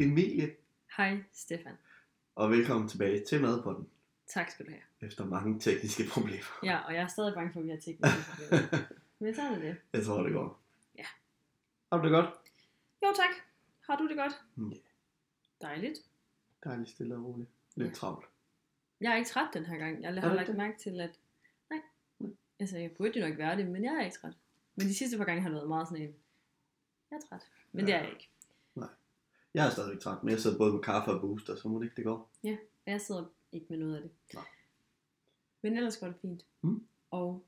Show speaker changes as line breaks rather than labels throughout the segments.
Emilie,
Hej Stefan.
og velkommen tilbage til Madpodden
Tak skal du have.
efter mange tekniske problemer.
Ja, og jeg er stadig bange for, at vi har tekniske problemer. Men sådan er det.
Jeg tror, det går.
Ja.
Har du det godt?
Jo tak. Har du det godt?
Ja.
Dejligt.
Dejligt stille og roligt. Lidt
Ja.
travlt.
Jeg er ikke træt den her gang. Jeg
Er
har
du
lagt
ikke
mærke til, at... Nej. Altså, jeg burde jo nok være det, men jeg er ikke træt. Men de sidste par gange har det været meget sådan en... Jeg er træt. Men det
Ja.
er jeg ikke.
Jeg er stadigvæk træt, men jeg sidder både med kaffe og booster, så må det ikke det går.
Og Jeg sidder ikke med noget af det.
Nej.
Men ellers går det fint.
Mm.
Og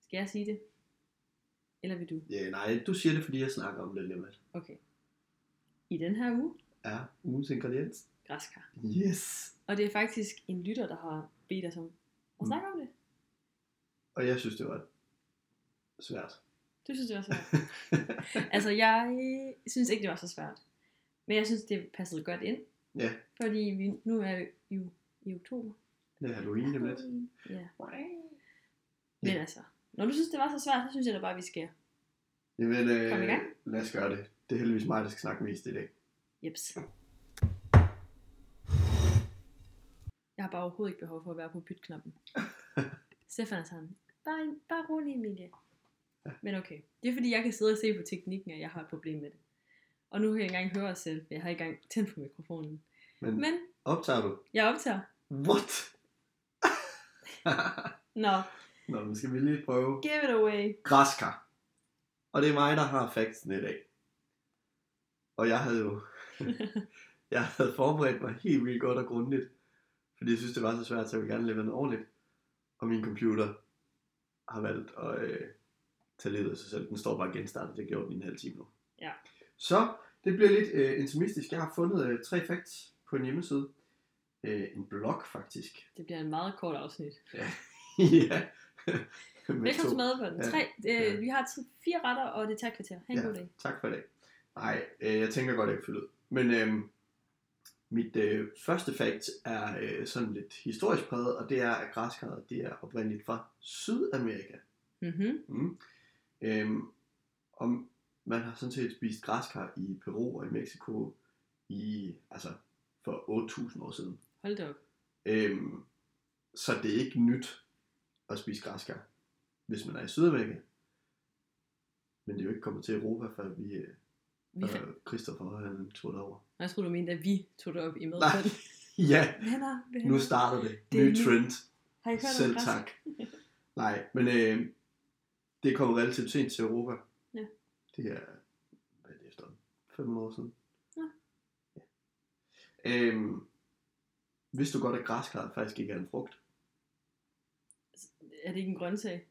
skal jeg sige det? Eller vil du?
Ja, nej, du siger det, fordi jeg snakker om det lige om lidt.
Okay. I den her uge,
Er ugens ingrediens?
græskar.
Yes!
Og det er faktisk en lytter, der har bedt os om at
Mm.
snakke om det.
Og jeg synes, det var svært.
Du synes, det var svært. altså, jeg øh, synes ikke, det var så svært. Men jeg synes, det passede godt ind.
Ja.
Fordi vi, nu er vi jo i oktober.
det er Halloween om lidt.
Ja. Men altså, når du synes, det var så svært, så synes jeg da bare, vi skal.
Jamen,
Kom i
øh,
gang.
lad os gøre det. Det er heldigvis mig, der skal snakke mest i dag.
Jeps. Jeg har bare overhovedet ikke behov for at være på bytknappen. Stefan er sådan, bare, bare rolig Emilie.
Ja.
Men okay, det er fordi, jeg kan sidde og se på teknikken, at jeg har et problem med det. Og nu kan jeg ikke engang høre os selv, for jeg har ikke engang tændt på mikrofonen.
Men, Men...
Men
optager du?
jeg optager.
What?
Nå,
Nå, nu skal vi lige prøve.
give it away.
Græskar. Og det er mig, der har factsen i dag. Og jeg havde jo... jeg havde forberedt mig helt vildt godt og grundigt. Fordi jeg synes, det var så svært, så jeg ville gerne levere noget ordentligt. Og min computer har valgt at øh, tage livet af sig selv. Den står bare genstartet. Det gjorde den i en halv time nu.
Ja.
Så det bliver lidt øh, intimistisk. Jeg har fundet øh, tre facts på en hjemmeside. Øh, en blog, faktisk.
Det bliver en meget kort afsnit.
ja. Med
Velkommen
to.
til madpodden.
Ja.
Tre, øh,
Ja.
vi har t- fire retter, og det tager et kvarter. Ha' en
Ja.
god dag.
Tak for i dag. Nej, øh, jeg tænker godt, at jeg kan fylde ud. Men øh, mit øh, første fakt er øh, sådan lidt historisk præget, og det er, at græskarret de er oprindeligt fra Sydamerika.
Mhm.
Mm. Øh, og man har sådan set spist græskar i Peru og i Mexico i, altså, for 8.000 år siden.
Hold da op.
Øh, så det er ikke nyt at spise græskar, hvis man er i Sydamerika. Men det er jo ikke kommet til Europa, før vi... Øh,
Vi fa-
og Christopher, han tog det over.
Nå, jeg troede, du mente, at vi tog det op i med.
Nej, ja,
Venner, venner.
nu starter det.
Det er
Ny
nu.
trend.
Har I hørt om
Selv
græs?
tak. Nej, men øh, det kom relativt sent til Europa.
Ja.
Det er, hvad er det efter? 500 år siden.
Nå.
Ja. Øhm, vidste du godt, at græskar faktisk ikke er en frugt?
Er det ikke en grøntsag?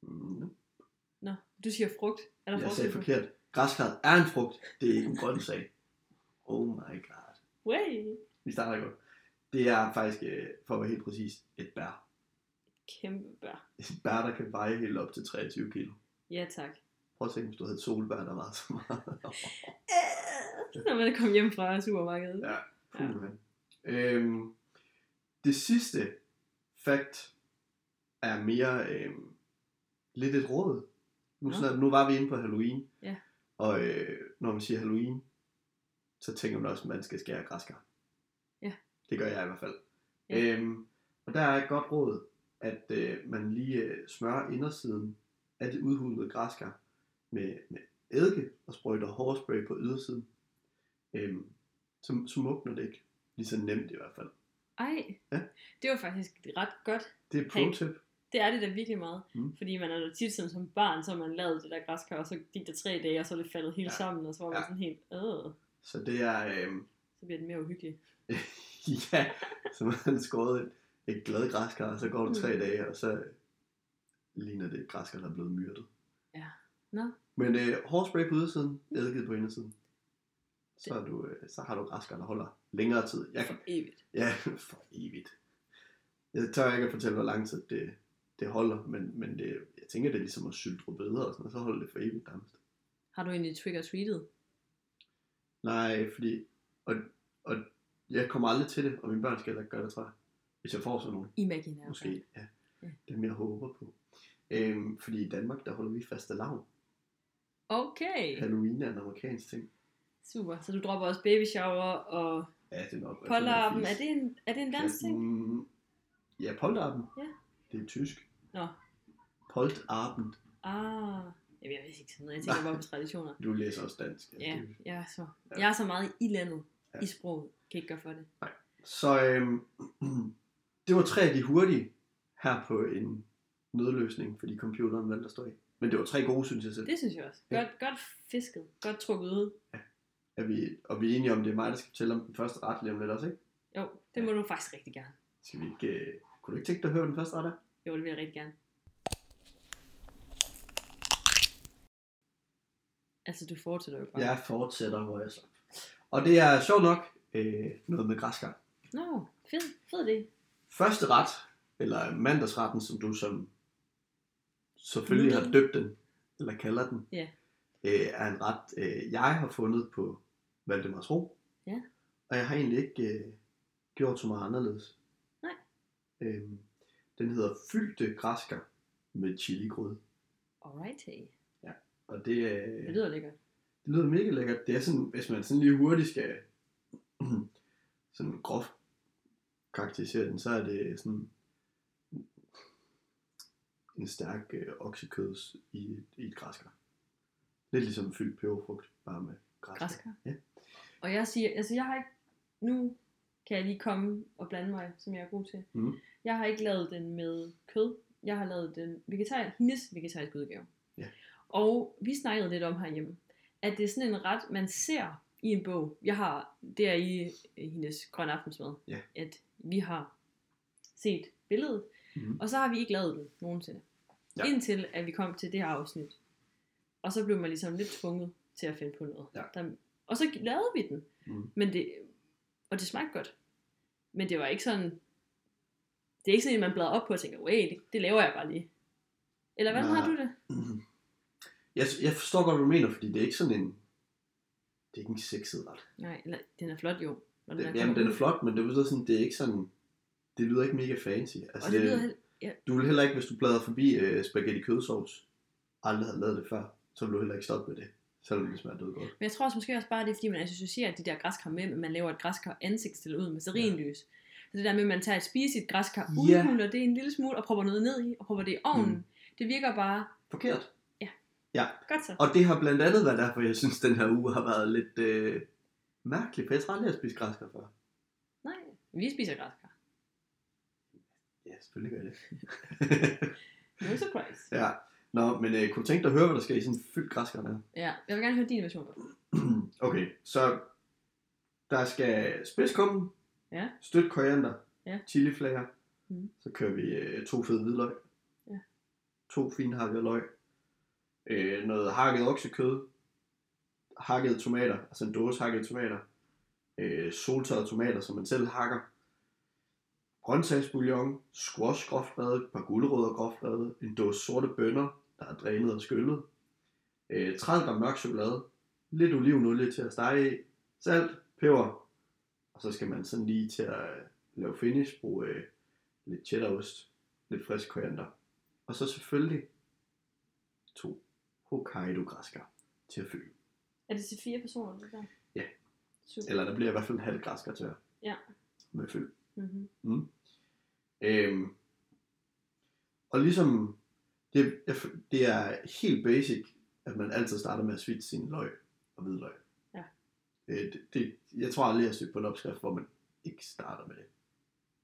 Mm,
Nå, du siger frugt. Er der
jeg
frugt?
sagde forkert. Græskar er en frugt. Det er ikke en grøntsag. Oh my god.
Way.
Vi starter godt. Det er faktisk, øh, for at være helt præcis, et bær.
Kæmpe bær.
et bær, der kan veje helt op til 23 kilo.
Ja, tak.
Prøv at tænke, hvis du havde et solbær, der var så meget.
Øh, Når man er kommet hjem fra supermarkedet.
Ja. Puh, mand. øhm, det sidste fakt er mere øhm, lidt et råd. Nu,
Nå.
snak, nu var vi inde på Halloween,
Ja.
og øh, når man siger Halloween, så tænker man også, at man skal skære græskar.
Ja.
Det gør jeg i hvert fald.
Ja.
Øhm, og der er et godt råd, at øh, man lige øh, smører indersiden af det udhulede græskar med, med eddike og sprøjter hårspray på ydersiden. Øhm, så, så mugner det ikke. Lige så nemt i hvert fald.
Ej,
Ja.
det var faktisk ret godt.
Det er pro tip.
Det er det da virkelig meget.
Mm.
Fordi man er da tit sådan, som barn, så har man lavet det der græskar, og så gik der tre dage, og så er det faldet helt
Ja.
sammen, og så var man
Ja.
sådan helt, øh,
Så det er, øh,
så bliver det mere uhyggeligt.
ja, så man har skåret et, et glad græskar, og så går det tre
Mm.
dage, og så ligner det et græskar, der er blevet myrdet.
Ja. Nå.
Men øh, hårspray på ydersiden, eddike på indersiden. Så, er du, øh, så har du græskar, der holder længere tid. Jeg,
For evigt.
Ja, for evigt. Jeg tør ikke at fortælle, hvor lang tid det, det holder, men, men det, jeg tænker, det er ligesom at syltre bedre og sådan noget, så holder det for evigt nærmest.
Har du egentlig trick-or-treatet?
Nej, fordi, og, og jeg kommer aldrig til det, og mine børn skal heller ikke gøre det, tror jeg. Hvis jeg får sådan nogen,
Imaginær.
måske, ja.
Ja.
Dem jeg håber på. Øhm, fordi i Danmark, der holder vi faste lav.
Okay.
Halloween er en amerikansk ting.
Super. Så du dropper også baby shower og
Ja, det er nok.
polterappen. Er det en, er det en dansk ting?
ting? Ja, polterappen.
Ja.
Det er tysk.
Nå.
Polterappen.
Ah, jamen, jeg ved ikke sådan noget. Jeg tænker bare på traditioner.
Du læser også dansk. altså,
Ja,
det-
jeg er så,
Ja.
jeg er så meget i landet,
Ja.
i sproget. Kan ikke gøre for det.
Så øhm, det var tre af de hurtige her på en nødløsning, fordi computeren valgte at stå af. Men det var tre gode, synes jeg selv.
Det synes jeg også.
Ja.
Godt, godt fisket. Godt trukket ud.
Er vi, og vi er enige om, det er mig, der skal fortælle om den første ret lige om lidt også, ikke?
Jo, det må du faktisk rigtig gerne.
Skal vi ikke... Øh, kunne du ikke tænke dig at høre, hvad den første ret er?
Jo, det vil jeg rigtig gerne. Altså, du fortsætter jo bare.
Jeg fortsætter, hvor jeg slap. Og det er sjovt nok øh, noget med græskar.
Nå, fed, fed det.
Første ret, eller mandagsretten, som du som selvfølgelig har døbt den, eller kalder den,
Ja.
øh, er en ret, øh, jeg har fundet på Valdemars Ro.
Ja.
Og jeg har egentlig ikke øh, gjort så meget anderledes.
Nej.
Øhm, den hedder fyldte græsker med chiligrød.
Alright, hey.
Og det, øh,
Det lyder lækkert.
det lyder mega lækkert. Det er sådan, hvis man sådan lige hurtigt skal sådan groft karakterisere den, så er det sådan en stærk øh, oksekøds i, et- i et græskar. Lidt ligesom fyldt peberfrugt, bare med græskar.
Græskar.
Ja.
Og jeg siger, altså jeg har ikke, nu kan jeg lige komme og blande mig, som jeg er god til.
Mhm.
Jeg har ikke lavet den med kød, jeg har lavet den vegetar, hendes vegetariske udgave.
Ja.
Og vi snakkede lidt om herhjemme, at det er sådan en ret, man ser i en bog. Jeg har, det er i øh, hendes grønne aftensmad,
Ja.
at vi har set billedet,
Mhm.
og så har vi ikke lavet den nogensinde.
Ja.
Indtil at vi kom til det her afsnit. Og så blev man ligesom lidt tvunget til at finde på noget.
Ja.
Der, og så lavede vi den.
Mhm.
Men det, og det smagte godt. Men det var ikke sådan... Det er ikke sådan, at man bladrer op på og tænker, wait, det, det laver jeg bare lige. Eller hvordan
Nej.
har du det?
Jeg, jeg forstår godt, hvad du mener, fordi det er ikke sådan en... Det er ikke en sexet ret.
Nej, eller, den er flot jo. Når
Den,
er
jamen, den er
kommet ud.
flot, men det lyder, sådan, det er ikke sådan... Det lyder ikke mega fancy. Altså,
Og det lyder, helt-
Du vil heller ikke, hvis du bladrer forbi øh, spaghetti kødsovs, aldrig havde lavet det før, så vil du heller ikke stoppe med det, selvom det smager død godt.
men jeg tror også måske også bare, det er fordi, man associerer de der græskar med, men man laver et græskar ansigtsstil ud med serinlys. Så det der med, at man tager et spisigt græskar,
Ja.
udhuler det en lille smule, og propper noget ned i, og propper det i ovnen.
Mm.
Det virker bare
Forkert.
godt så.
Og det har blandt andet været derfor, jeg synes, den her uge har været lidt øh, mærkelig, for jeg tror aldrig, jeg har spist græsker før.
Nej, vi spiser græskar.
Ja, selvfølgelig gør jeg det.
No surprise.
ja. Nå, men øh, kunne du tænke dig at høre, hvad der sker i sådan en fyldt græsker der?
Ja, jeg vil gerne høre din version.
okay, så der skal spidskummen,
Ja.
stødt koriander,
Ja.
chiliflager,
Mhm.
så kører vi øh, to fede hvidløg,
Ja.
to fine hakket løg, øh, noget hakket oksekød, hakket tomater, altså en dåse hakket tomater, øh, soltørrede tomater, som man selv hakker, grøntsagsbouillon, squash groftladet, et par gulerødder groftladet, en dåse sorte bønner, der er drænet og skyllet, øh, 30 gram mørk chokolade, lidt olivenolie til at stege i, salt, peber, og så skal man sådan lige til at øh, lave finish, bruge øh, lidt cheddarost, lidt frisk koriander, og så selvfølgelig to Hokkaido græskar til at fylde.
Er det til fire personer, det der?
Ja.
Super.
Eller der bliver i hvert fald en halv græskar til hver.
Ja.
Med fyld.
Mm-hmm.
Mm. Øhm, og ligesom, det, jeg f- det er helt basic, at man altid starter med at svitte sin løg og hvidløg.
Ja.
Øh, det, det, jeg tror aldrig, jeg har stødt på en opskrift, hvor man ikke starter med det.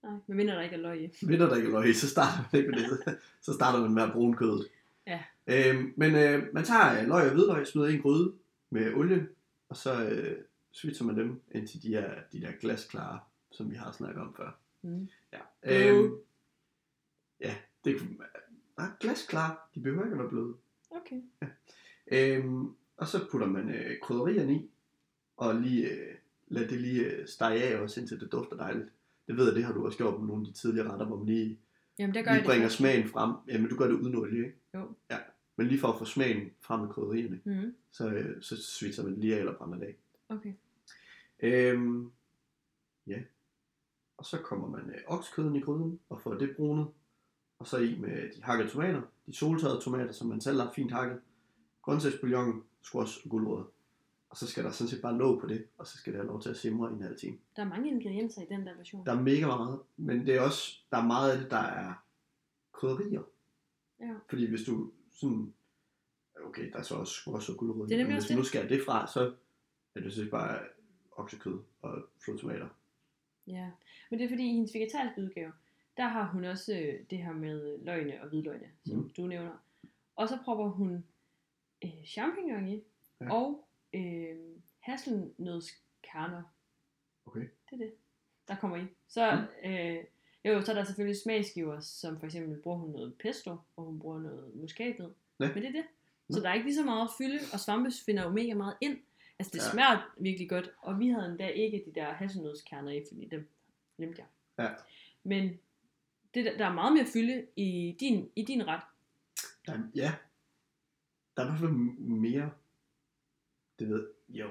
Nej, men minder der ikke er løg i.
Vinder der ikke løg, i, så starter man ikke med det. Så, så starter man med at brune kødet.
Ja.
Øhm, men øh, man tager øh, løg og hvidløg, smider i en gryde med olie, og så øh, svitser man dem, indtil de er de der glasklare, som vi har snakket om før.
Mm.
Ja.
Bløde.
Øhm, ja, det kunne Nej, glasklar. De behøver ikke at være bløde.
Okay.
Øhm, og så putter man øh, krydderierne i, og lige, øh, lad det lige øh, stege af også, indtil det dufter dejligt. Det ved jeg, det har du også gjort med nogle af de tidligere retter, hvor man lige,
Jamen, der gør
lige
jeg
bringer
det.
smagen frem. Jamen, du gør det uden olie, ikke?
Jo.
Ja. Men lige for at få smagen frem med krydderierne,
Mm.
så, øh, så svitser man lige af eller brænder det af.
Okay.
Øhm, ja. Og så kommer man øh, oksekøden i gryden og får det brunet. Og så i med de hakkede tomater, de soltørrede tomater, som man selv har fint hakket, grøntsagsbouillon, squash og gulerødder. Og så skal der sådan set bare nå på det, og så skal det have lov til at simre i en halv time.
Der er mange ingredienser i den der version.
Der er mega meget, men det er også, der er meget af det, der er krydderier.
Ja.
Fordi hvis du sådan, okay, der er så også squash og gulerod. i,
Det er nemlig
men
også
hvis du nu
det.
skærer det fra, så er det sådan set bare oksekød og flodtomater.
Ja, men det er fordi i hendes vegetariske udgave, der har hun også øh, det her med løgne og hvidløgne, som
Mhm.
mm. du nævner. Og så propper hun øh, champignon i,
Ja.
ja. og øh, hasselnødskerner.
Okay.
Det er det, der kommer i. Så, øh, jo, så er der selvfølgelig smagsgiver, som for eksempel bruger hun noget pesto, og hun bruger noget muskatnød.
Ja.
Men det er det.
Ja.
Så der er ikke lige så meget at fylde, og svampe finder jo mega meget ind. Altså det
Ja.
ja. smager virkelig godt, og vi havde endda ikke de der hasselnødskerner i, fordi dem glemte jeg.
Ja.
Men det, der- der er meget mere fylde i din, i din ret.
Der, er- ja. Der er i hvert fald m- mere. Det ved Jo.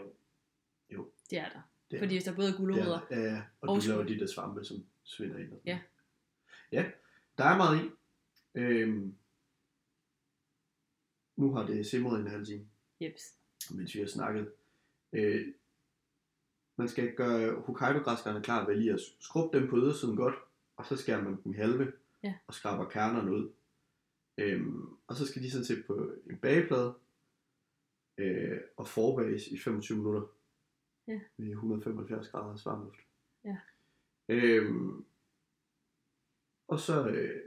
Det er der.
Det er,
Fordi hvis der både er
det
gulerødder.
er, ja, ja,
og
og, og du laver
skud.
de der svampe, som svinder ind. og sådan
Ja.
noget. Ja, der er meget i. Øhm, nu har det simret i en halv time,
Jeps.
mens vi har snakket. Øh, man skal gøre Hokkaido-græskerne klar ved lige at skrubbe dem på ydersiden godt, og så skærer man dem i halve
Ja.
og skraber kernerne ud. Øhm, og så skal de sådan set på en bageplade øh, og forbages i 25 minutter
Ja.
ved 175 graders varmluft.
Ja.
Øhm, og så øh,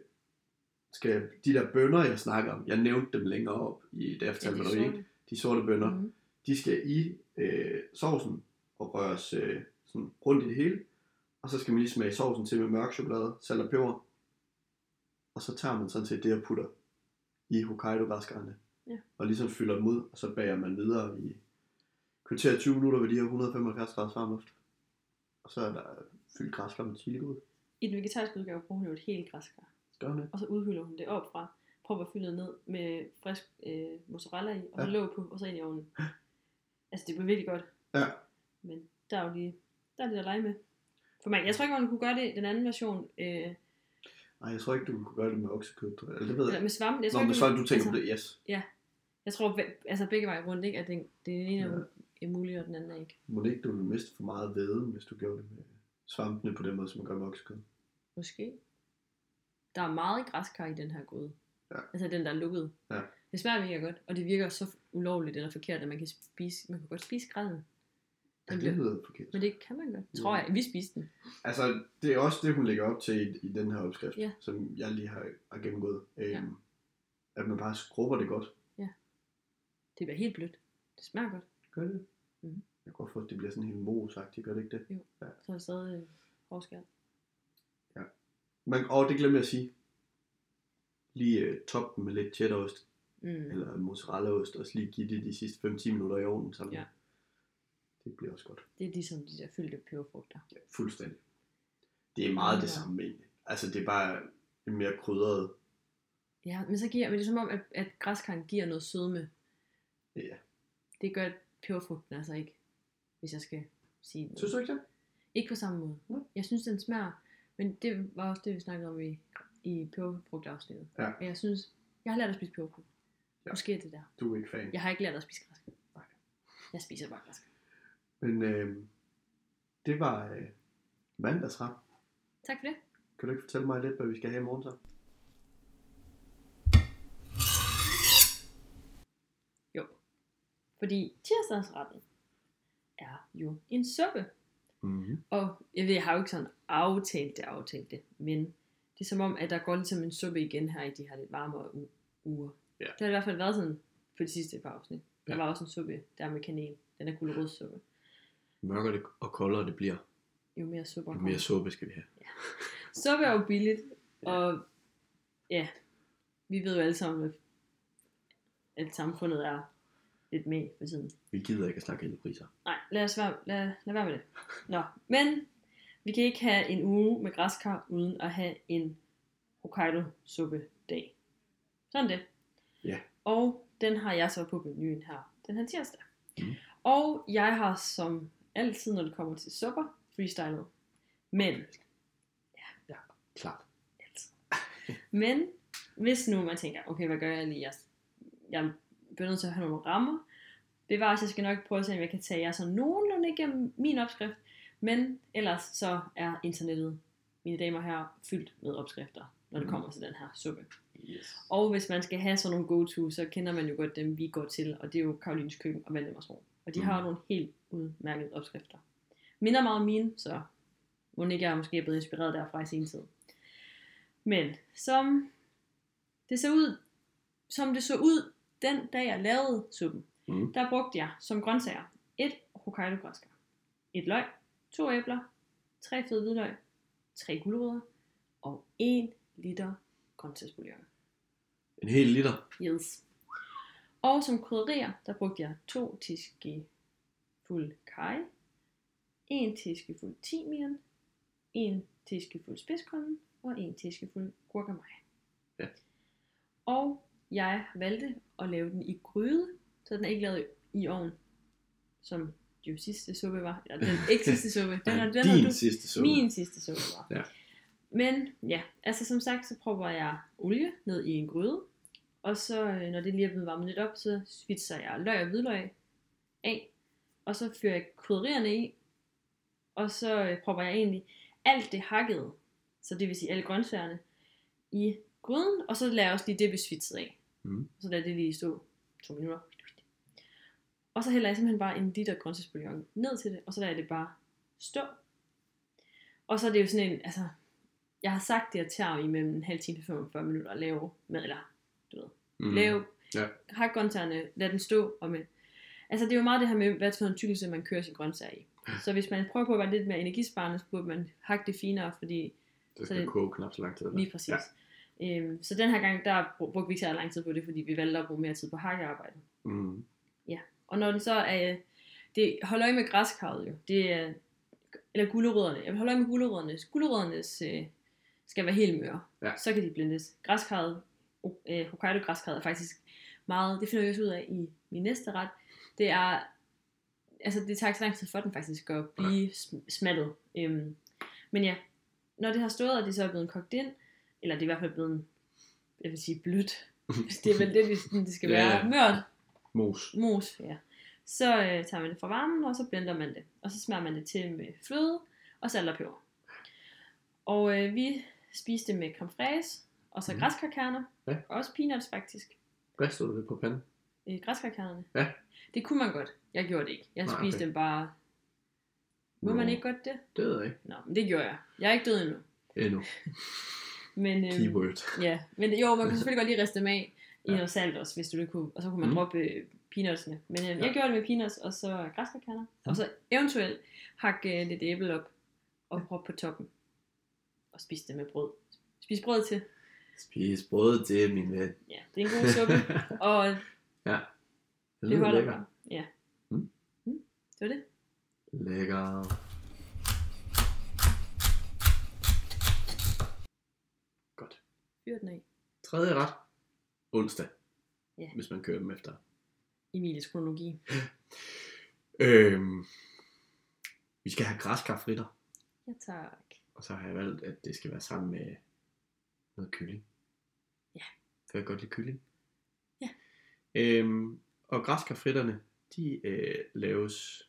skal de der bønder, jeg snakker om, jeg nævnte dem længere op, i, da jeg fortalte, hvad der var i,
sorte.
de sorte bønder,
Mhm.
de skal i øh, sovsen og røres øh, sådan rundt i det hele. Og så skal man lige smage sovsen til med mørk chokolade, salt og peber. Og så tager man sådan set det og putter i hokkaido græskarne
Ja.
Og ligesom fylder dem ud, og så bager man videre i kvarter 20 minutter ved de her 175 graders varmluft. Og så er der fyldt græskar med chili ud.
I den vegetariske udgave bruger hun jo et helt græskar.
Gør man det?
Og så udhylder hun det op fra. Propper fyldet ned med frisk øh, mozzarella i, og
Ja.
så låg på, og så ind i ovnen. Altså det blev virkelig godt.
Ja.
Men der er jo lige, der er lidt at lege med. For mig, jeg tror ikke, man kunne gøre det den anden version. Øh,
Nej, jeg tror ikke, du kunne gøre det med oksekød. tror jeg. Eller det ved jeg.
eller med svampe. Jeg tror
Nå, men
ikke,
så du tænker
altså,
på det, yes.
Jeg tror be- altså begge veje rundt, ikke? At den, den ene er ja. mulig, og den anden er ikke.
Må det ikke, du ville miste for meget veden, hvis du gjorde det med svampene på den måde, som man gør med oksekød?
Måske. Der er meget græskar i den her gryde.
Ja.
Altså den, der er lukket.
Ja.
Det smager mega godt, og det virker så ulovligt eller forkert, at man kan spise, man kan godt spise græden.
Ja,
Den
det
bliver,
lyder forkert.
men det kan man godt,
Ja.
tror jeg. Vi spiste den.
Altså, det er også det, hun lægger op til i, i den her opskrift,
Ja.
som jeg lige har, har gennemgået. Øhm,
Ja.
At man bare skrubber det godt.
Det bliver helt blødt. Det smager godt.
Gør det?
Mhm.
Jeg kan godt forstå, at det bliver sådan helt mosagtigt, gør det ikke det?
Så er der stadig øh, hårskær.
Man, og det glemmer jeg at sige. Lige øh, top med lidt cheddarost, mm.
Mm.
eller mozzarellaost, og så lige give det de sidste 5-10 minutter i ovnen sammen.
Ja.
Det bliver også godt.
Det er ligesom de der fyldte peberfrugter.
Ja, fuldstændig. Det er meget det
Ja.
samme egentlig. Altså, det er bare en mere krydret
Ja, men så giver, men det er som om, at, at græskarren giver noget sødme.
Ja.
Det gør peberfrugten altså ikke, hvis jeg skal sige noget.
Synes du Mm. ikke det?
Ikke på samme måde.
Nej.
Jeg synes, den smager, men det var også det, vi snakkede om i, i peberfrugtafsnittet.
Ja.
Men jeg synes, jeg har lært at spise peberfrugt.
Ja.
Ja. Måske er det der.
Du er ikke fan.
Jeg har ikke lært at spise græsk.
Nej.
Jeg spiser bare græsk.
Men øh, det var øh, mandagsret.
Tak for det.
Kan du ikke fortælle mig lidt, hvad vi skal have i morgen så?
Jo. Fordi tirsdagsretten er jo en suppe.
Mm-hmm.
Og jeg ved, jeg har jo ikke sådan aftalt det, aftalt det, men det er som om, at der går ligesom en suppe igen her i de her lidt varmere u- uger.
Ja.
Det har i hvert fald været sådan på de sidste par afsnit. Der
Ja.
var også en suppe, der med kanel. Den er gulerodssuppe.
Mørkere det, og koldere det bliver,
Jo mere suppe
jo
kommer.
mere suppe skal vi have.
Suppe er jo billigt,
Ja.
og ja, vi ved jo alle sammen, at- at samfundet er lidt med for tiden.
Vi gider ikke at snakke hele priser.
Nej, lad os være, lad, lad være med det. Nå, men vi kan ikke have en uge med græskar uden at have en Hokkaido-suppe-dag. Sådan det.
Ja.
Og den har jeg så på menuen her den her tirsdag.
Mhm.
Og jeg har som altid, når det kommer til supper, freestylet. Men
Klart.
Men hvis nu man tænker, okay, hvad gør jeg lige? Jeg, jeg bliver nødt til at have nogle rammer. Bevares, jeg skal nok prøve at se, om jeg kan tage jer så nogenlunde igennem min opskrift. Men ellers så er internettet, mine damer og herrer, fyldt med opskrifter, når det
Mhm.
kommer til den her suppe.
Yes.
Og hvis man skal have sådan nogle go-to, så kender man jo godt dem, vi går til, og det er jo Karolines Køkken og Valdemars Ro. Og de har jo
Mhm.
nogle helt udmærkede opskrifter. Minder meget om mine, så må ikke jeg er måske blevet inspireret derfra i sin tid. Men som det så ud, som det så ud den dag, jeg lavede suppen,
Mhm.
der brugte jeg som grøntsager et hokkaido græskar, et løg, to æbler, tre fede hvidløg, tre gulerødder og en liter grøntsagsbouillon.
En hel liter.
Yes. Og som krydderier, der brugte jeg to teskefulde kaj, en teskefuld timian, en teskefuld spidskommen og en teskefuld gurkemeje.
Ja.
Og jeg valgte at lave den i gryde, så den er ikke lavet i ovn, som jo sidste suppe var. Eller den ikke sidste suppe. Den, er, den har
din
du
sidste suppe.
min sidste suppe var.
Ja.
Men ja, altså som sagt, så propper jeg olie ned i en gryde, og så øh, når det lige er blevet varmet lidt op, så svitser jeg løg og hvidløg af, og så fyrer jeg krydderierne i, og så øh, propper jeg egentlig alt det hakkede, så det vil sige alle grøntsagerne, i gryden, og så lader jeg også lige det, vi svitsede af.
Mhm.
Så lader det lige stå to minutter. Og så hælder jeg simpelthen bare en liter grøntsagsbouillon ned til det, og så lader jeg det bare stå og så er det jo sådan en, altså, jeg har sagt, det tager imellem en halv time til 45 minutter at lave med, eller du ved,
Mhm.
mm. lave,
Ja.
hak grøntsagerne, lad den stå, og med, altså det er jo meget det her med, hvad for en tykkelse man kører sin grøntsager i. Så hvis man prøver på at være lidt mere energisparende, så burde man hakke det finere, fordi
Det
så
skal
det-
koge knap så lang tid. eller?
Lige præcis. Ja. Øhm, så den her gang, der br- brugte vi ikke særlig lang tid på det, fordi vi valgte at bruge mere tid på hakkearbejde.
Mm.
Og når den så er, det holder øje med græskarret jo, det er, eller gulerødderne, jeg vil holde øje med gulerødderne, gulerøddernes øh, skal være helt møre,
Ja.
så kan de blindes. Græskarret, øh, Hokkaido græskarret er faktisk meget, det finder jeg også ud af i min næste ret, det er, altså det tager ikke så lang tid for den faktisk at blive sm- smattet. Øhm, men ja, når det har stået, og det så er blevet kogt ind, eller det er i hvert fald blevet, jeg vil sige blødt, det er vel det, det, sådan, det skal
Ja,
være,
ja.
mørt,
Mos.
mos, ja. Så øh, tager man det fra varmen, og så blender man det. Og så smager man det til med fløde og salt og peber. Og øh, vi spiste det med creme fraise, og så
Mhm.
græskarkerner.
Ja.
Og også peanuts faktisk.
Ristede du det på panden?
Øh, græskarkernerne.
Ja.
Det kunne man godt. Jeg gjorde det ikke. Jeg
Nej,
spiste
okay.
dem bare... Må
Nå,
man ikke godt det?
Det ved jeg ikke.
Nå, men det gjorde jeg. Jeg er ikke død endnu.
Endnu.
Øhm. Men, øh,
Keyword.
Ja, men jo, man kunne selvfølgelig godt lige riste dem af i
Ja.
noget salt også, hvis du det kunne, og så kunne man
Mm.
droppe øh, peanutsene. Men øh, jeg
Ja.
gjorde det med peanuts, og så græskarkerner, og så eventuelt hakke øh, lidt æble op og proppe på toppen, og spise det med brød. Spis brød til.
Spis brød til min ven.
Ja, det er en god suppe, og
Det
det
lyder
holder
lækker.
bare. Ja.
Mm.
Mm. Det var det.
Lækker. Godt.
Fyr den af.
Tredje ret. Onsdag.
Ja.
Hvis man kører dem efter.
Emilies kronologi.
Øhm, vi skal have græskarfritter.
Ja, tak.
Og så har jeg valgt, at det skal være sammen med noget kylling.
Ja.
For jeg kan godt lide kylling.
Ja.
Øhm, og græskarfritterne, de øh, laves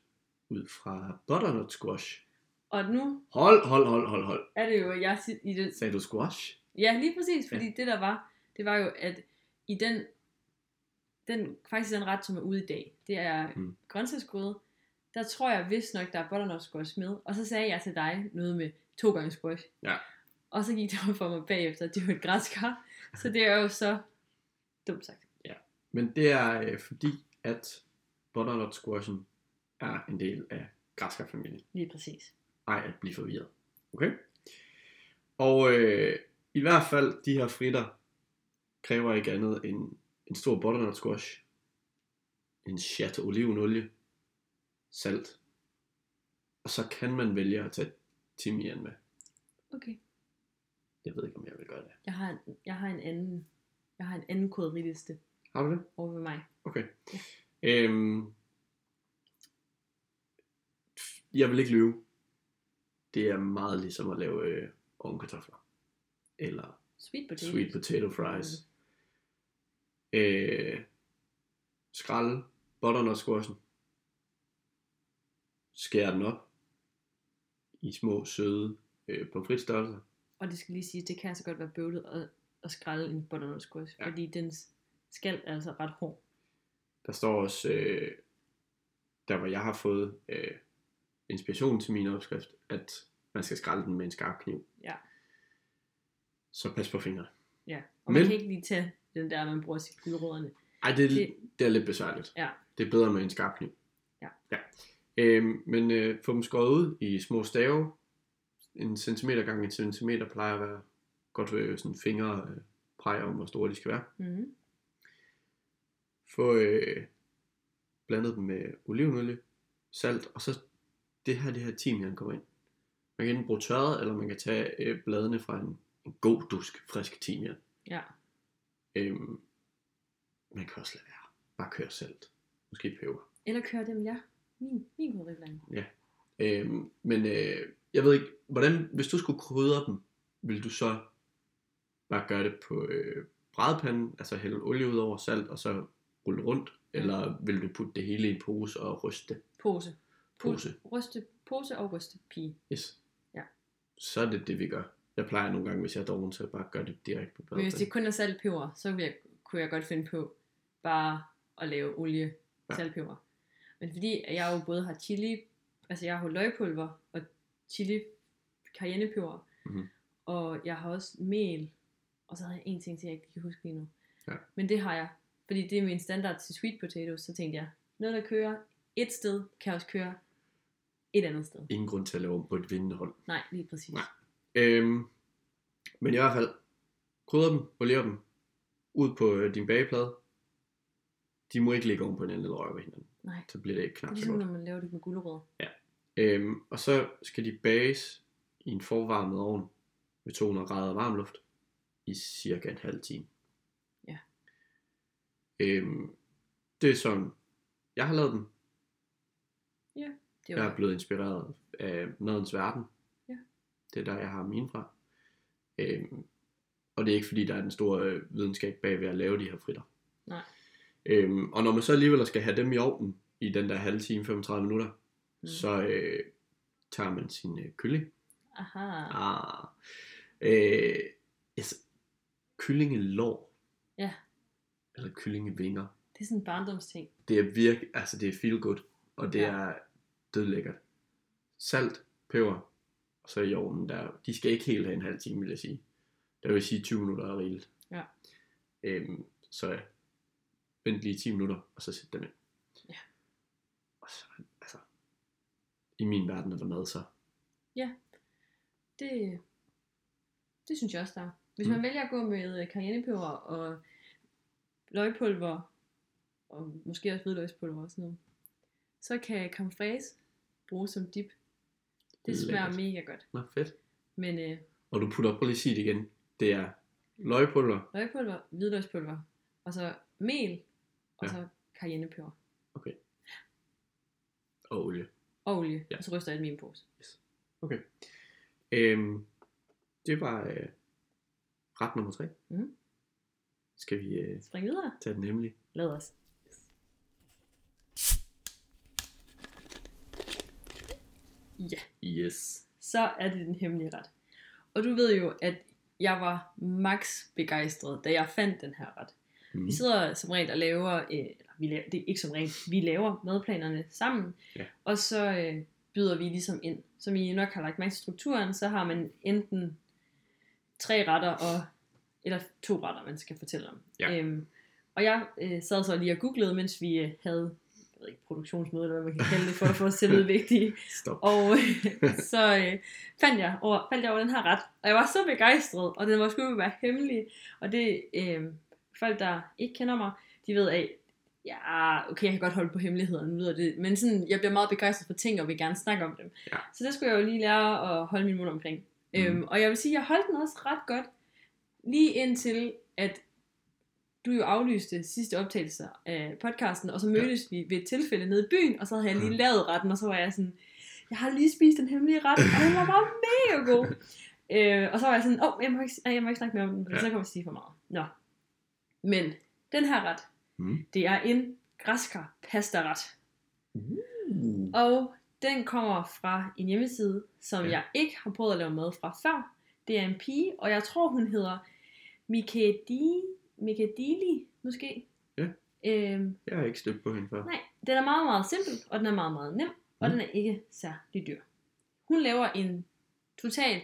ud fra butternut squash.
Og nu
Hold, hold, hold, hold, hold.
er det jo, at jeg sit- i den
Sagde du squash?
Ja, lige præcis, fordi ja. det der var, det var jo, at i den, den faktisk den ret, som er ude i dag, det er
Mm.
mm. grøntsagsgryde, der tror jeg vist nok, der er butternut squash med, og så sagde jeg til dig noget med to gange squash.
Ja.
Og så gik det op for mig bagefter, at det var et græskar, så det er jo så dumt sagt.
Men det er øh, fordi, at butternut squashen er en del af græskarfamilien.
Lige præcis.
ej at blive forvirret. Okay? Og øh, i hvert fald, de her fritter kræver ikke andet end en stor butternut squash, en chat olivenolie, salt, og så kan man vælge at tage timian med.
Okay.
Jeg ved ikke, om jeg vil gøre det.
Jeg har en, jeg har en anden, jeg har en anden krydderiliste
Har du det?
over ved mig.
Okay.
Ja.
Øhm, jeg vil ikke lyve. Det er meget ligesom at lave øh, ovenkartofler. Eller
Sweet potato.
Sweet potato fries. Øh, skrald, butternut squashen. Skærer den op i små, søde øh, pomfritstørrelser.
Og det skal lige sige, det kan altså godt være bøvlet at, at skrælle en butternut squash,
Ja.
ja. fordi dens skal er altså ret hård.
Der står også, øh, der hvor jeg har fået øh, inspiration til min opskrift, at man skal skrælle den med en skarp kniv.
Ja.
Så pas på fingrene.
Ja. Og Men...
Men-
man kan ikke lige tage den der, man bruger til gulerødderne.
Ej, det, det,
Det-
det er lidt besværligt.
Ja.
Det er bedre med en skarp kniv.
Ja.
ja. Øhm, men øh, få dem skåret ud i små stave. En centimeter gange en centimeter plejer at være godt ved sådan fingre øh, peger om, hvor store de skal være.
Mm-hmm.
Få øh, blandet dem med olivenolie, salt, og så det her, det her timian kommer ind. Man kan enten bruge tørret, eller man kan tage øh, bladene fra en, en god dusk frisk timian.
Ja.
Øhm, man kan også lade være. Bare køre salt. Måske peber.
Eller køre dem, ja. Min, min krydderiblanding.
Øhm, men øh, jeg ved ikke, hvordan, hvis du skulle krydre dem, vil du så bare gøre det på øh, brædepanden, altså hælde olie ud over salt, og så rulle rundt,
Ja.
eller vil du putte det hele i en pose og ryste det?
Pose.
Pose.
Ryste, pose og ryste pige.
Yes.
Ja.
Så er det det, vi gør. Jeg plejer nogle gange, hvis jeg er doven, så bare gør det direkte på
Men hvis
brædepanden.
det kun er salt og peber, så kunne jeg, kunne jeg godt finde på bare at lave olie
Ja.
ja. salt og peber. Men fordi at jeg jo både har chili, altså jeg har jo løgpulver og chili cayennepeber,
Mhm.
og jeg har også mel, og så havde jeg en ting til, jeg ikke kan huske lige nu.
Ja.
Men det har jeg, fordi det er min standard til sweet potatoes, så tænkte jeg, noget der kører et sted, kan også køre et andet sted.
Ingen grund til at lave om på et vindende hold.
Nej, lige præcis.
Nej. Øhm, men i hvert fald, krydre dem, olier dem, ud på øh, din bageplade. De må ikke ligge oven på hinanden eller røre ved hinanden.
Nej.
Så bliver det ikke knap så
Ligesom
godt.
når man laver det med gulerødder.
Øhm, og så skal de bages i en forvarmet ovn med 200 grader varm luft i cirka en halv time.
Ja.
Øhm, det er sådan, jeg har lavet dem.
Det er
Jeg
jo
er blevet inspireret af Madens Verden.
Ja.
Det er der, jeg har mine fra. Øhm, og det er ikke fordi, der er den store øh, videnskab bag ved at lave de her fritter.
Nej.
Øhm, og når man så alligevel skal have dem i ovnen i den der halve time, 35 minutter, mm.
Mm.
så øh, tager man sin øh, kylling.
Aha.
Ah. Øh, altså, kyllingelår.
Ja.
Eller kyllingevinger.
Det er sådan en barndomsting.
Det er virkelig, altså det er feel good, og det ja.
Ja.
er dødlækkert. Salt, peber, og så i ovnen der. De skal ikke helt have en halv time, vil jeg sige. Der vil jeg sige 20 minutter er rigeligt.
Ja.
Øhm, så ja, vent lige 10 minutter, og så sæt dem ind.
Ja.
Og så, altså, i min verden er der mad så.
Det, det synes jeg også, der er. Hvis
Mm.
mm. man vælger at gå med øh, cayennepeber og løgpulver, og måske også hvidløgspulver og sådan noget, så kan camfræs bruges som dip. Det smager
Lækkert.
mega godt.
Nå, fedt.
Men øh,
Og du putter, prøv lige at sige det igen. Det er løgpulver.
løgpulver, hvidløgspulver, og så mel, og
Ja.
ja. så cayennepeber
og olie.
og olie,
Ja.
ja. og så ryster jeg dem i en pose.
Øhm, det var øh, ret nummer tre.
Mhm.
Skal vi øh,
Spring videre.
tage den hemmelige?
Lad os. Ja.
Yes.
så er det den hemmelige ret. Og du ved jo, at jeg var max begejstret, da jeg fandt den her ret.
Mm.
Vi sidder som regel og laver, øh, eller vi laver, det er ikke som regel, vi laver madplanerne sammen,
Ja.
og så øh, byder vi ligesom ind. Som I nok har lagt mærke til strukturen, så har man enten tre retter, og, eller to retter, man skal fortælle om.
Ja.
Øhm, og jeg øh, sad så lige og googlede, mens vi øh, havde jeg ved ikke, produktionsmøde, eller hvad man kan kalde det, for at få os til at lyde vigtige.
Stop.
Og øh, så øh, fandt, jeg over, fandt jeg over den her ret, og jeg var så begejstret, og den var skulle være hemmelig. Og det, øh, folk der ikke kender mig, de ved af, ja, okay, jeg kan godt holde på hemmeligheder, nu lyder det, men sådan, jeg bliver meget begejstret for ting, og vil gerne snakke om dem.
Ja.
Så det skulle jeg jo lige lære at holde min mund omkring.
Mm.
Mm. Øhm, og jeg vil sige, jeg holdt den også ret godt, lige indtil, at du jo aflyste sidste optagelse af podcasten, og så mødtes ja. vi ved et tilfælde nede i byen, og så havde jeg lige
Mm.
lavet retten, og så var jeg sådan, jeg har lige spist den hemmelige ret, og den var bare mega god. øh, og så var jeg sådan, åh, oh, jeg, må ikke, nej, jeg må ikke snakke mere om den, for
Ja.
ja. så kan man sige for meget. Nå. Men den her ret,
Mm.
det er en græskar pastaret.
Mm.
Og den kommer fra en hjemmeside, som
Ja.
ja. jeg ikke har prøvet at lave mad fra før. Det er en pige, og jeg tror, hun hedder Mikadili, Mikadili måske.
Ja.
Øhm,
Jeg har ikke stødt på hende før.
nej, den er meget, meget simpel, og den er meget, meget nem, og
Mm.
mm. den er ikke særlig dyr. Hun laver en total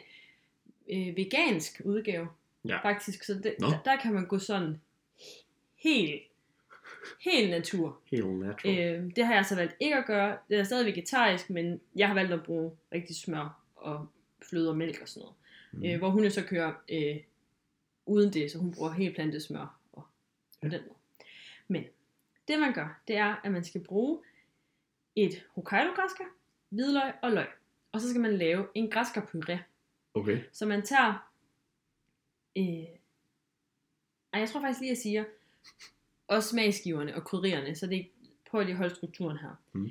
øh, vegansk udgave,
Ja.
faktisk, så det,
Nå.
der, der kan man gå sådan helt, helt natur.
Helt natural.
Øh, det har jeg så valgt ikke at gøre. Det er stadig vegetarisk, men jeg har valgt at bruge rigtig smør og fløde og mælk og sådan noget. Mm. Øh, hvor hun jo så kører øh, uden det, så hun bruger helt plantesmør og på
Ja.
den måde. Men det man gør, det er, at man skal bruge et hokkaido græskar, hvidløg og løg. Og så skal man lave en græskarpuré.
Okay.
Så man tager... Øh, ej, jeg tror faktisk lige, jeg siger... Og smagsgiverne og krydderierne, så det ikke prøver lige at holde strukturen her.
Mm.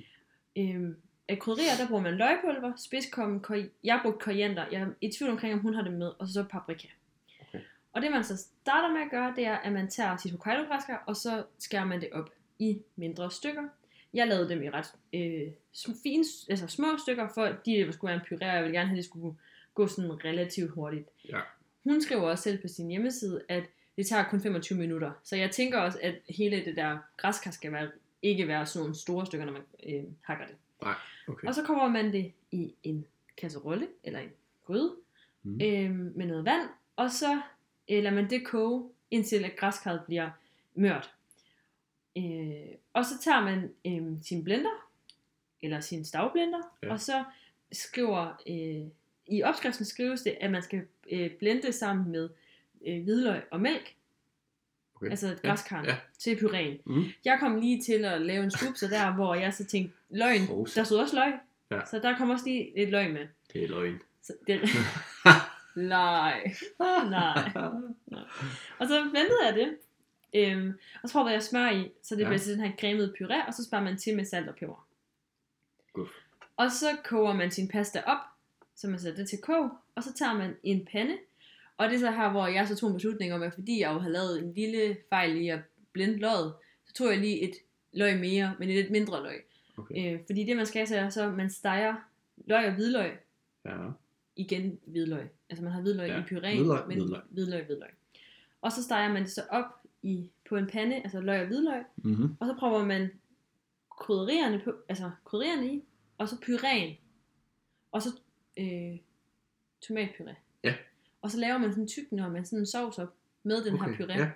Øhm, af krydderier, der bruger man løgpulver, spidskommen, kori- jeg brugte koriander, jeg er i tvivl omkring, om hun har det med, og så, så paprika.
Okay.
Og det man så starter med at gøre, det er, at man tager sit hokkaido græskar, og så skærer man det op i mindre stykker. Jeg lavede dem i ret øh, sm- fine, altså små stykker, for de skulle være en puré, og jeg ville gerne have, at de skulle gå sådan relativt hurtigt.
Ja.
Hun skriver også selv på sin hjemmeside, at det tager kun 25 minutter. Så jeg tænker også, at hele det der græskar skal være, ikke være sådan nogle store stykker, når man øh, hakker det.
Okay.
Og så kommer man det i en kasserolle, eller en gryde,
Mm.
mm. øh, med noget vand, og så øh, lader man det koge, indtil at græskarret bliver mørt. Øh, og så tager man øh, sin blender, eller sin stavblender,
Ja.
ja. og så skriver, øh, i opskriften skrives det, at man skal øh, blende sammen med øh, hvidløg og mælk,
Okay.
altså
Ja,
græskarren,
ja.
ja. til puréen.
Mm.
Jeg kom lige til at lave en scoop, så der, hvor jeg så tænkte, løgn,
Sovs.
der stod også løg,
Ja.
så der kom også lige et løg med.
Det er løgn.
Så det... Nej. Nej. Og så blendede jeg det. Øhm, og så proppede jeg smør i, så det
Ja.
ja. bliver til den her cremede puré, og så sparer man til med salt og peber.
Godt.
Og så koger man sin pasta op, så man sætter det til kog, og så tager man en pande. Og det er så her, hvor jeg så tog en beslutning om, at fordi jeg jo havde lavet en lille fejl i at blende løget, så tog jeg lige et løg mere, men et lidt mindre løg.
Okay.
Øh, fordi det man skal, så er så, at man steger løg og hvidløg
Ja.
igen hvidløg. Altså man har hvidløg
Ja,
ja. i pyréen,
hvidløg,
men
hvidløg.
hvidløg. hvidløg, hvidløg. Og så steger man det så op i, på en pande, altså løg og hvidløg,
Mm-hmm.
og så prøver man krydderierne, på, altså krydderierne i, og så pyréen, og så øh, tomatpuré.
Ja.
Og så laver man sådan tyk, når man sådan en sovs op med den okay, her
Okay,
puré.
ja.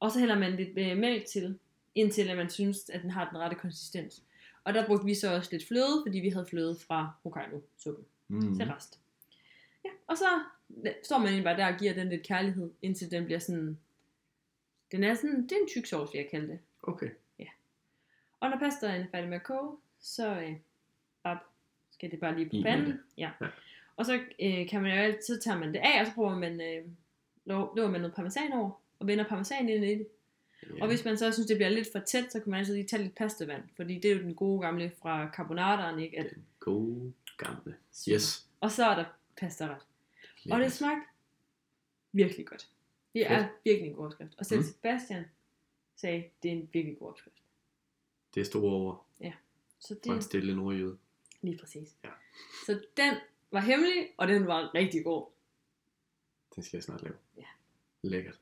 Og så hælder man lidt øh, mælk til, indtil at man synes, at den har den rette konsistens. Og der brugte vi så også lidt fløde, fordi vi havde fløde fra Hokkaido-suppen
Mm.
til rest. Ja, og så øh, står man egentlig bare der og giver den lidt kærlighed, indtil den bliver sådan... Den er sådan, det er en tyk sovs, vil jeg kalde det.
Okay.
Og når pastaen er færdig med at koge, så øh, bap, skal det bare lige på
I med det.
panden. Ja.
Ja.
Og så øh, kan man jo altid, så tager man det af, og så prøver man, øh, lo- løber man noget parmesan over, og vender parmesan ind i det.
Ja.
Og hvis man så synes, det bliver lidt for tæt, så kan man altid lige tage lidt pastevand, fordi det er jo den gode gamle fra carbonaderen, ikke? At,
God gamle. Yes.
Og så er der pastaret. Og det smagte virkelig godt. Det er
Fedt.
virkelig en god opskrift. Og selv
Mm.
mm. Sebastian sagde, det er en virkelig god opskrift.
det er store over
Så det
for en
er
stille nordjyde.
lige præcis.
Ja.
Så den var hemmelig, og den var rigtig god.
Det skal jeg snart lave.
Ja.
Lækkert.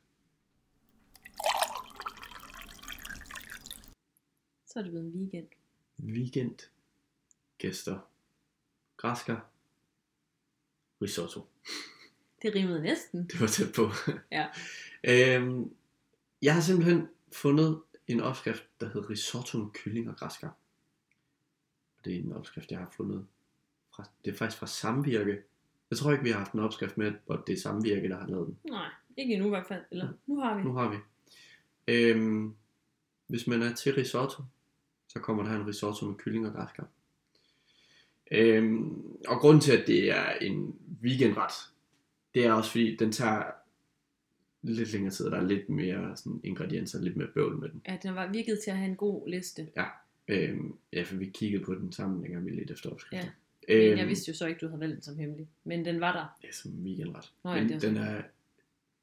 Så er det blevet en weekend.
Weekend. Gæster. Græsker. Risotto.
Det rimede næsten.
Det var tæt på.
Ja.
øhm, jeg har simpelthen fundet en opskrift, der hedder risotto med kylling og græskar. Det er en opskrift, jeg har fundet. Fra, det er faktisk fra Samvirke. Jeg tror ikke, vi har haft en opskrift med, hvor det er Samvirke, der har lavet den.
Nej, ikke endnu i hvert fald. Eller nu har vi.
Nu har vi. Øhm, hvis man er til risotto, så kommer der en risotto med kylling og græskar. Øhm, og grunden til, at det er en weekendret, det er også fordi, den tager lidt længere tid, og der er lidt mere sådan, ingredienser, lidt mere bøvl med den.
Ja, den var virket til at have en god liste.
Øhm, ja, for vi kiggede på den sammen, dengang vi lidt efter opskriften. Ja,
Men jeg vidste jo så ikke, du havde valgt den som hemmelig. Men den var der.
Det er som en weekendret.
Nå, ja,
Men
det er
den
sådan.
er,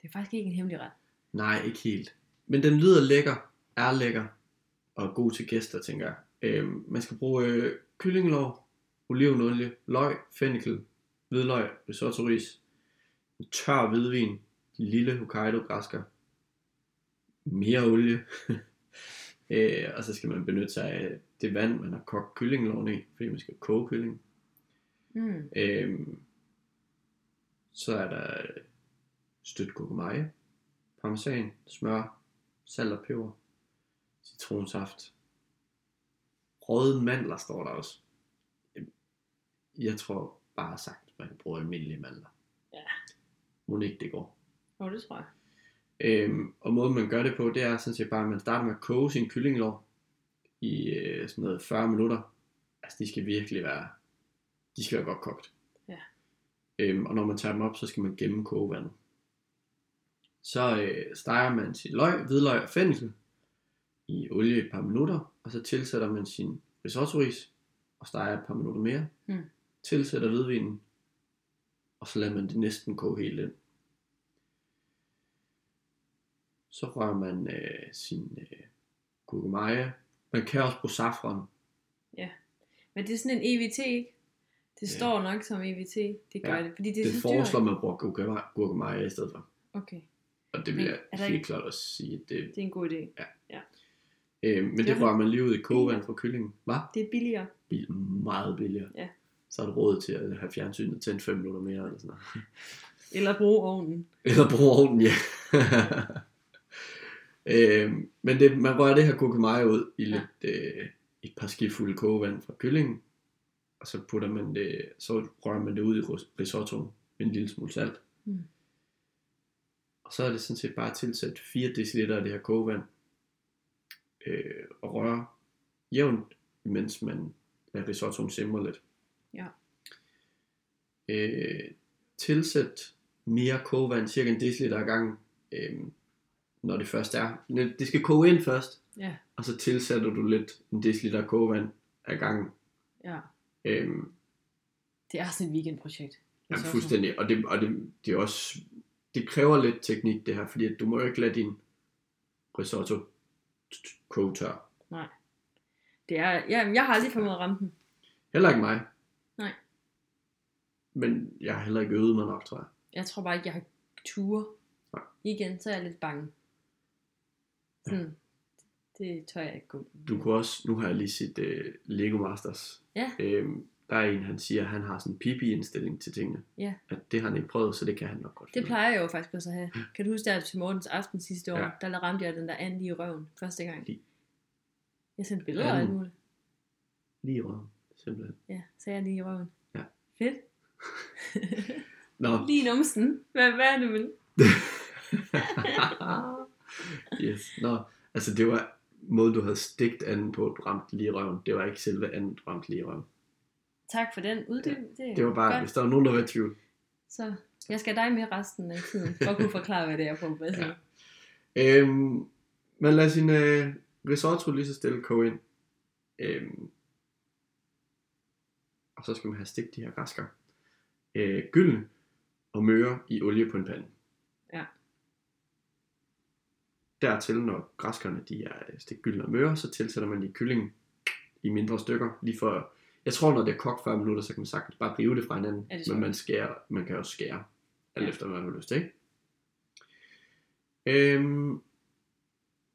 Det er faktisk ikke en hemmelig ret.
nej, ikke helt. Men den lyder lækker, er lækker, og god til gæster, tænker jeg. Øh, man skal bruge øh, kyllingelår, olivenolie, løg, fennikel, hvidløg, risotto ris, en tør hvidvin, en lille Hokkaido græsker, mere olie, øh, og så skal man benytte sig af det vand, man har kogt kyllingelårene i, fordi man skal koge kylling.
Mm.
Øh, så er der stødt gurkemeje, parmesan, smør, salt og peber, citronsaft, røde mandler står der også. Øhm, Jeg tror bare sagt, man bruger almindelige mandler.
Ja.
Må ikke det går.
Jo, det tror jeg.
Øhm, og måden man gør det på, det er sådan set bare, at man starter med at koge sin kyllinglår i øh, sådan noget 40 minutter. Altså de skal virkelig være, de skal være godt kogt.
Ja.
Øhm, og når man tager dem op, så skal man gemme kogevandet. Så øh, steger man sit løg, hvidløg og fennikel i olie et par minutter, og så tilsætter man sin risotto-ris og steger et par minutter mere.
Mm.
Tilsætter hvidvinen, og så lader man det næsten koge helt ind. Så rører man øh, sin øh, gurkemeje. Man kan også bruge saffron.
Men det er sådan en EVT, ikke? Det
Ja.
står nok som EVT. Det gør
Ja,
ja. det, fordi det er
Det,
så
det foreslår
dyrt.
man bruger gurkemeje, gurkemeje i stedet for.
Okay,
Og
Men
det vil jeg
er der
helt
ikke-
klart også sige. at Det,
det er en god idé.
øh, men det
Gør man-
rører man lige ud i kogevand fra kyllingen. Hvad?
Det er billigere.
Bil, meget billigere.
Ja.
Så er det råd til at have fjernsynet tændt 5 minutter mere eller sådan noget.
Eller bruge ovnen.
Eller bruge ovnen, ja. øhm, men det, man rører det her gurkemeje ud i
Ja.
lidt, øh, et par skifulde kogevand fra kyllingen, og så, putter man det, så rører man det ud i ris- risottoen med en lille smule salt.
Mm.
Og så er det sådan set bare at tilsætte 4 dl af det her kogevand, øh, og røre jævnt, mens man lader risottoen simre lidt.
Ja.
Øh, tilsæt mere kogevand, cirka en deciliter ad gangen, øhm, når det først er. Men Det skal koge ind først,
Ja.
og så tilsætter du lidt en deciliter kogevand ad gangen.
Ja,
Øhm,
det er sådan et weekendprojekt.
ja,
Risotto.
fuldstændig. Og, det, og det, det, er også, det kræver lidt teknik det her, fordi at du må jo ikke lade din risotto t- t- koge tør.
Det er, ja, jeg har aldrig formået at ramme den.
Heller ikke mig.
Nej.
Men jeg har heller ikke øvet mig nok, tror jeg.
Jeg tror bare ikke, jeg har ture.
Nej.
Igen, så er jeg lidt bange. Sådan, det tør jeg ikke gå.
Du kunne også, nu har jeg lige set uh, Lego Masters.
Ja.
Øhm, der er en, han siger, at han har sådan en pipi-indstilling til tingene.
Ja.
At det har han ikke prøvet, så det kan han nok godt.
Det
finde ud af.
plejer jeg jo faktisk også at have. Kan du huske der til Mortens aften sidste år,
Ja.
ja. der ramte jeg den der anden lige i røven første gang.
Lige. Øhm.
Jeg sendte billeder og alt
Anden.
muligt.
Lige i røven, simpelthen.
Ja, så er jeg lige i røven.
Ja.
Fedt.
Nå.
lige i numsen. Hvad, hvad er det med det?
yes. Nå, altså det var måden, du havde stegt anden på, du ramte lige i røven. Det var ikke selve anden, du ramte lige i røven.
Tak for den uddybning. Det,
Det var bare,
godt.
hvis der var nogen, der var i tvivl.
Så jeg skal have dig med resten af tiden, for at kunne forklare, hvad det er på.
Ja.
Ja.
Øhm, man lader sin øh, risotto lige så stille koge ind. Øhm, og så skal man have stegt de her græsker. Øh, gyldne og møre i olie på en pande.
Ja.
Dertil, når græskerne de er øh, stegt gyldne og møre, så tilsætter man lige kyllingen i mindre stykker. Lige for, jeg tror, når det er kogt 40 minutter, så kan man sagtens bare rive det fra hinanden.
Ja, det tror
men
jeg.
man, skærer, man kan også skære, alt
Ja.
efter hvad man har lyst til. Ikke? Øhm,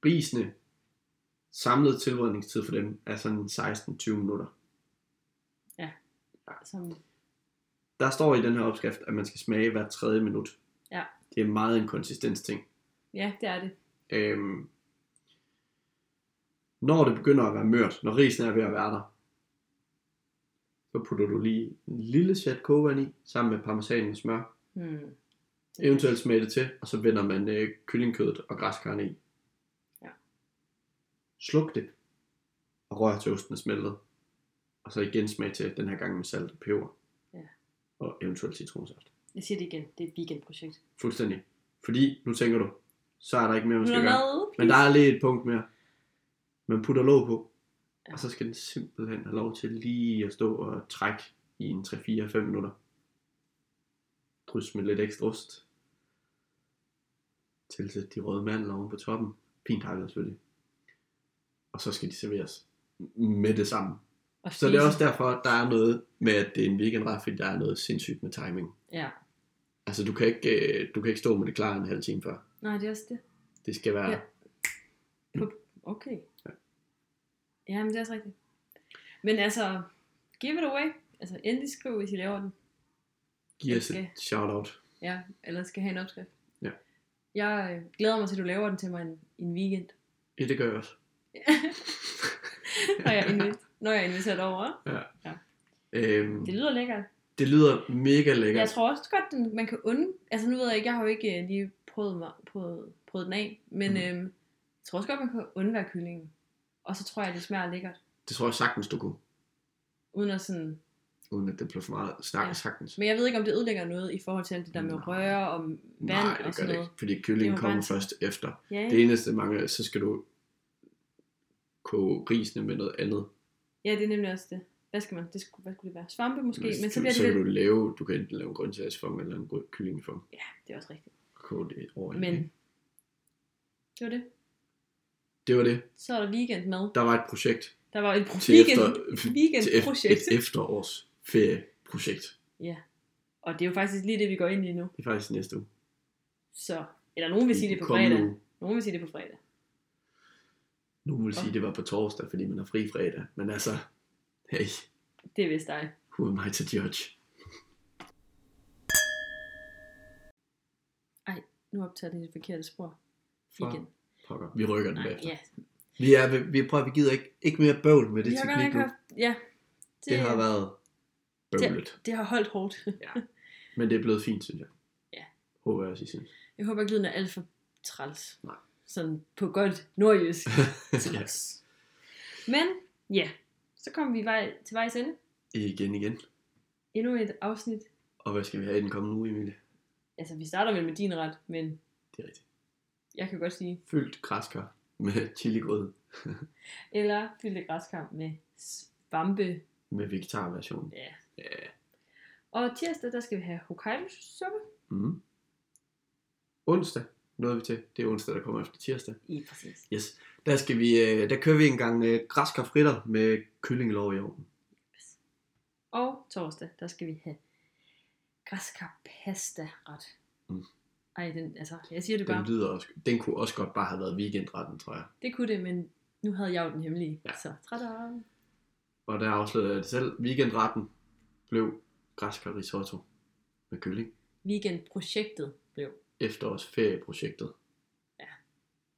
risene, samlet tilredningstid for dem er sådan 16-20 minutter.
Som,
Der står i den her opskrift, at man skal smage hver tredje minut.
Ja.
Det er meget en konsistensting.
ja, det er det.
Øhm, når det begynder at være mørt, når risen er ved at være der, så putter du lige en lille chat kogevand i, sammen med parmesan og smør.
Hmm.
Eventuelt smage det til, og så vender man øh, kyllingkødet og græskarne i.
Ja.
Sluk det, og rør til osten er smeltet. Og så igen smag til, den her gang med salt og peber.
Ja.
Og eventuelt citronsaft.
Jeg siger det igen, det er et weekendprojekt.
Fuldstændig. Fordi, nu tænker du, så er der ikke mere, man
Hun
skal
er
gøre.
med.
Men der er lige et punkt mere. Man putter låg på,
Ja.
og så skal den simpelthen have lov til lige at stå og trække i en 3-4-5 minutter. Drys med lidt ekstra ost. Tilsæt de røde mandler oven på toppen. Fint hakket selvfølgelig. og så skal de serveres med det samme.
Og
Så det er også derfor, der er noget med, at det er en weekendret, fordi der er noget sindssygt med timing.
Ja.
Altså, du kan ikke, øh, du kan ikke stå med det klar en halv time før.
Nej, det er også det.
Det skal være...
Ja.
Ja.
Okay. Ja, men det er også rigtigt. Men altså, give it away. Altså, endelig skriv, hvis I laver den.
Giv os
Okay.
et shout-out.
Ja, eller skal have en opskrift.
Ja.
Jeg øh, glæder mig til, at du laver den til mig en, en weekend.
Ja, det gør jeg også.
når, jeg invit- når jeg inviterer dig over.
Øhm,
Det lyder lækkert.
det lyder mega lækkert.
Jeg tror også godt, den, man kan und... Altså nu ved jeg ikke, jeg har jo ikke øh, lige prøvet, mig, prøvet, prøvet den af, men
Mhm.
øhm, jeg tror også godt, man kan undvære kyllingen. Og så tror jeg, det smager lækkert,
Det tror jeg sagtens, du kunne.
uden at sådan...
Uden at det blev for meget snak,
Ja.
ja. sagtens.
Men jeg ved ikke, om det ødelægger noget i forhold til alt det der med
Nej.
røre og vand
Nej,
og
det gør
sådan
det
noget.
ikke, fordi
Det er
kyllingen
jo
kommer
renset.
først efter.
Ja,
Det eneste mangler, så skal du koge risene med noget andet.
ja, det er nemlig også det. Hvad skal man? Det skulle, hvad skulle det være? Svampe måske?
Hvis
Men så
du-
bliver
så
det
kan
lidt...
du lave, du kan enten lave en grøntsagsfond eller en grøn- kyllingefond.
Det er også rigtigt.
Koge det over i.
Men det var det.
Det var det.
Så er der weekend med.
Der var et projekt
Der var et
til,
weekend,
efter, til ef-
weekendprojekt.
et efterårs ferieprojekt.
Og det er jo faktisk lige det, vi går ind i nu.
Det er faktisk næste uge.
Så, eller nogen vil sige det på
Kommende
fredag.
uge.
Nogen vil sige det på fredag.
Nogen vil sige, det var på torsdag, fordi man har fri fredag. Men altså, hey,
Det er vist dig.
who am I to judge?
Nu optager det det forkerte spor.
For
Igen.
pokker. Vi rykker den
Nej,
bagefter.
ja.
Vi, er, ved- vi prøver, vi gider ikke, ikke mere bøvl med det
Vi har godt nok
teknik nu.
haft... Ja.
Det har været bøvlet.
Det har holdt hårdt.
Men det er blevet fint, synes jeg.
Ja.
Håber jeg også, I synes.
Jeg håber ikke, lyden er alt for træls.
Nej.
Sådan på godt nordjysk.
ja.
Træls. Men ja, så kommer vi vej, til vejs ende.
Igen, igen.
Endnu et afsnit.
Og hvad skal vi have i den kommende uge, Emilie?
Altså, vi starter vel med din ret, men
Det er rigtigt.
jeg kan godt sige,
Fyldt græskar med chiligrød
eller fyldte græskamp med svampe.
med vegetarversion.
Ja.
Ja.
Og tirsdag, der skal vi have Hokkaido-suppe.
Mm. Onsdag nåede vi til. Det er onsdag, der kommer efter tirsdag.
I præcis.
Yes. Der, skal vi, øh, der kører vi en gang øh, græskar fritter med kyllingelov i ovnen.
Og torsdag, der skal vi have græskarpasta ret.
Mm.
Ej, den, altså, jeg siger det
Den,
bare.
lyder også, den kunne også godt bare have været weekendretten, tror jeg.
Det kunne det, men nu havde jeg jo den hemmelige.
Ja.
Så træder.
Og der afslørede jeg det selv. Weekendretten blev græskar risotto med kylling.
Weekendprojektet blev.
Efterårsferieprojektet
Ja.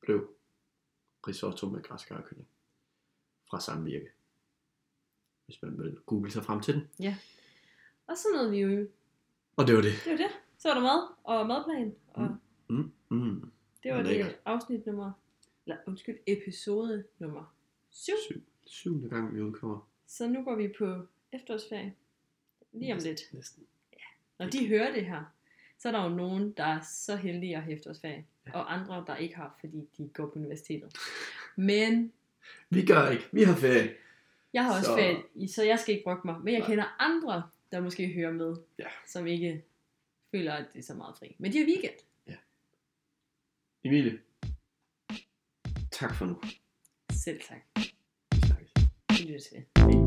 blev risotto med græskar og kylling. Fra samme virke. Hvis man vil google sig frem til den.
Og så nåede vi jo.
Og det var det.
Det var det. Så var der mad og madplan. Og
Mm. Mm, mm.
det var
Lækkert.
det afsnit nummer, eller undskyld, episode nummer 7.
Syv, syvende gang, vi udkommer.
Så nu går vi på efterårsferie. Lige om lidt.
Næsten.
Når de hører det her, så er der jo nogen, der er så heldige at have efterårsferie,
Ja.
og andre, der ikke har, fordi de går på universitetet. Men
Vi gør ikke. Vi har ferie.
jeg har også
Så-
så... ferie, i- så jeg skal ikke brokke mig. Men jeg
Nej.
kender andre, der måske hører med,
Ja.
som ikke føler, at det er så meget fri. Men de har weekend.
Emilie. Tak for nu.
Selv tak.
Vi snakkes.
Det lyttes ved.
Hej.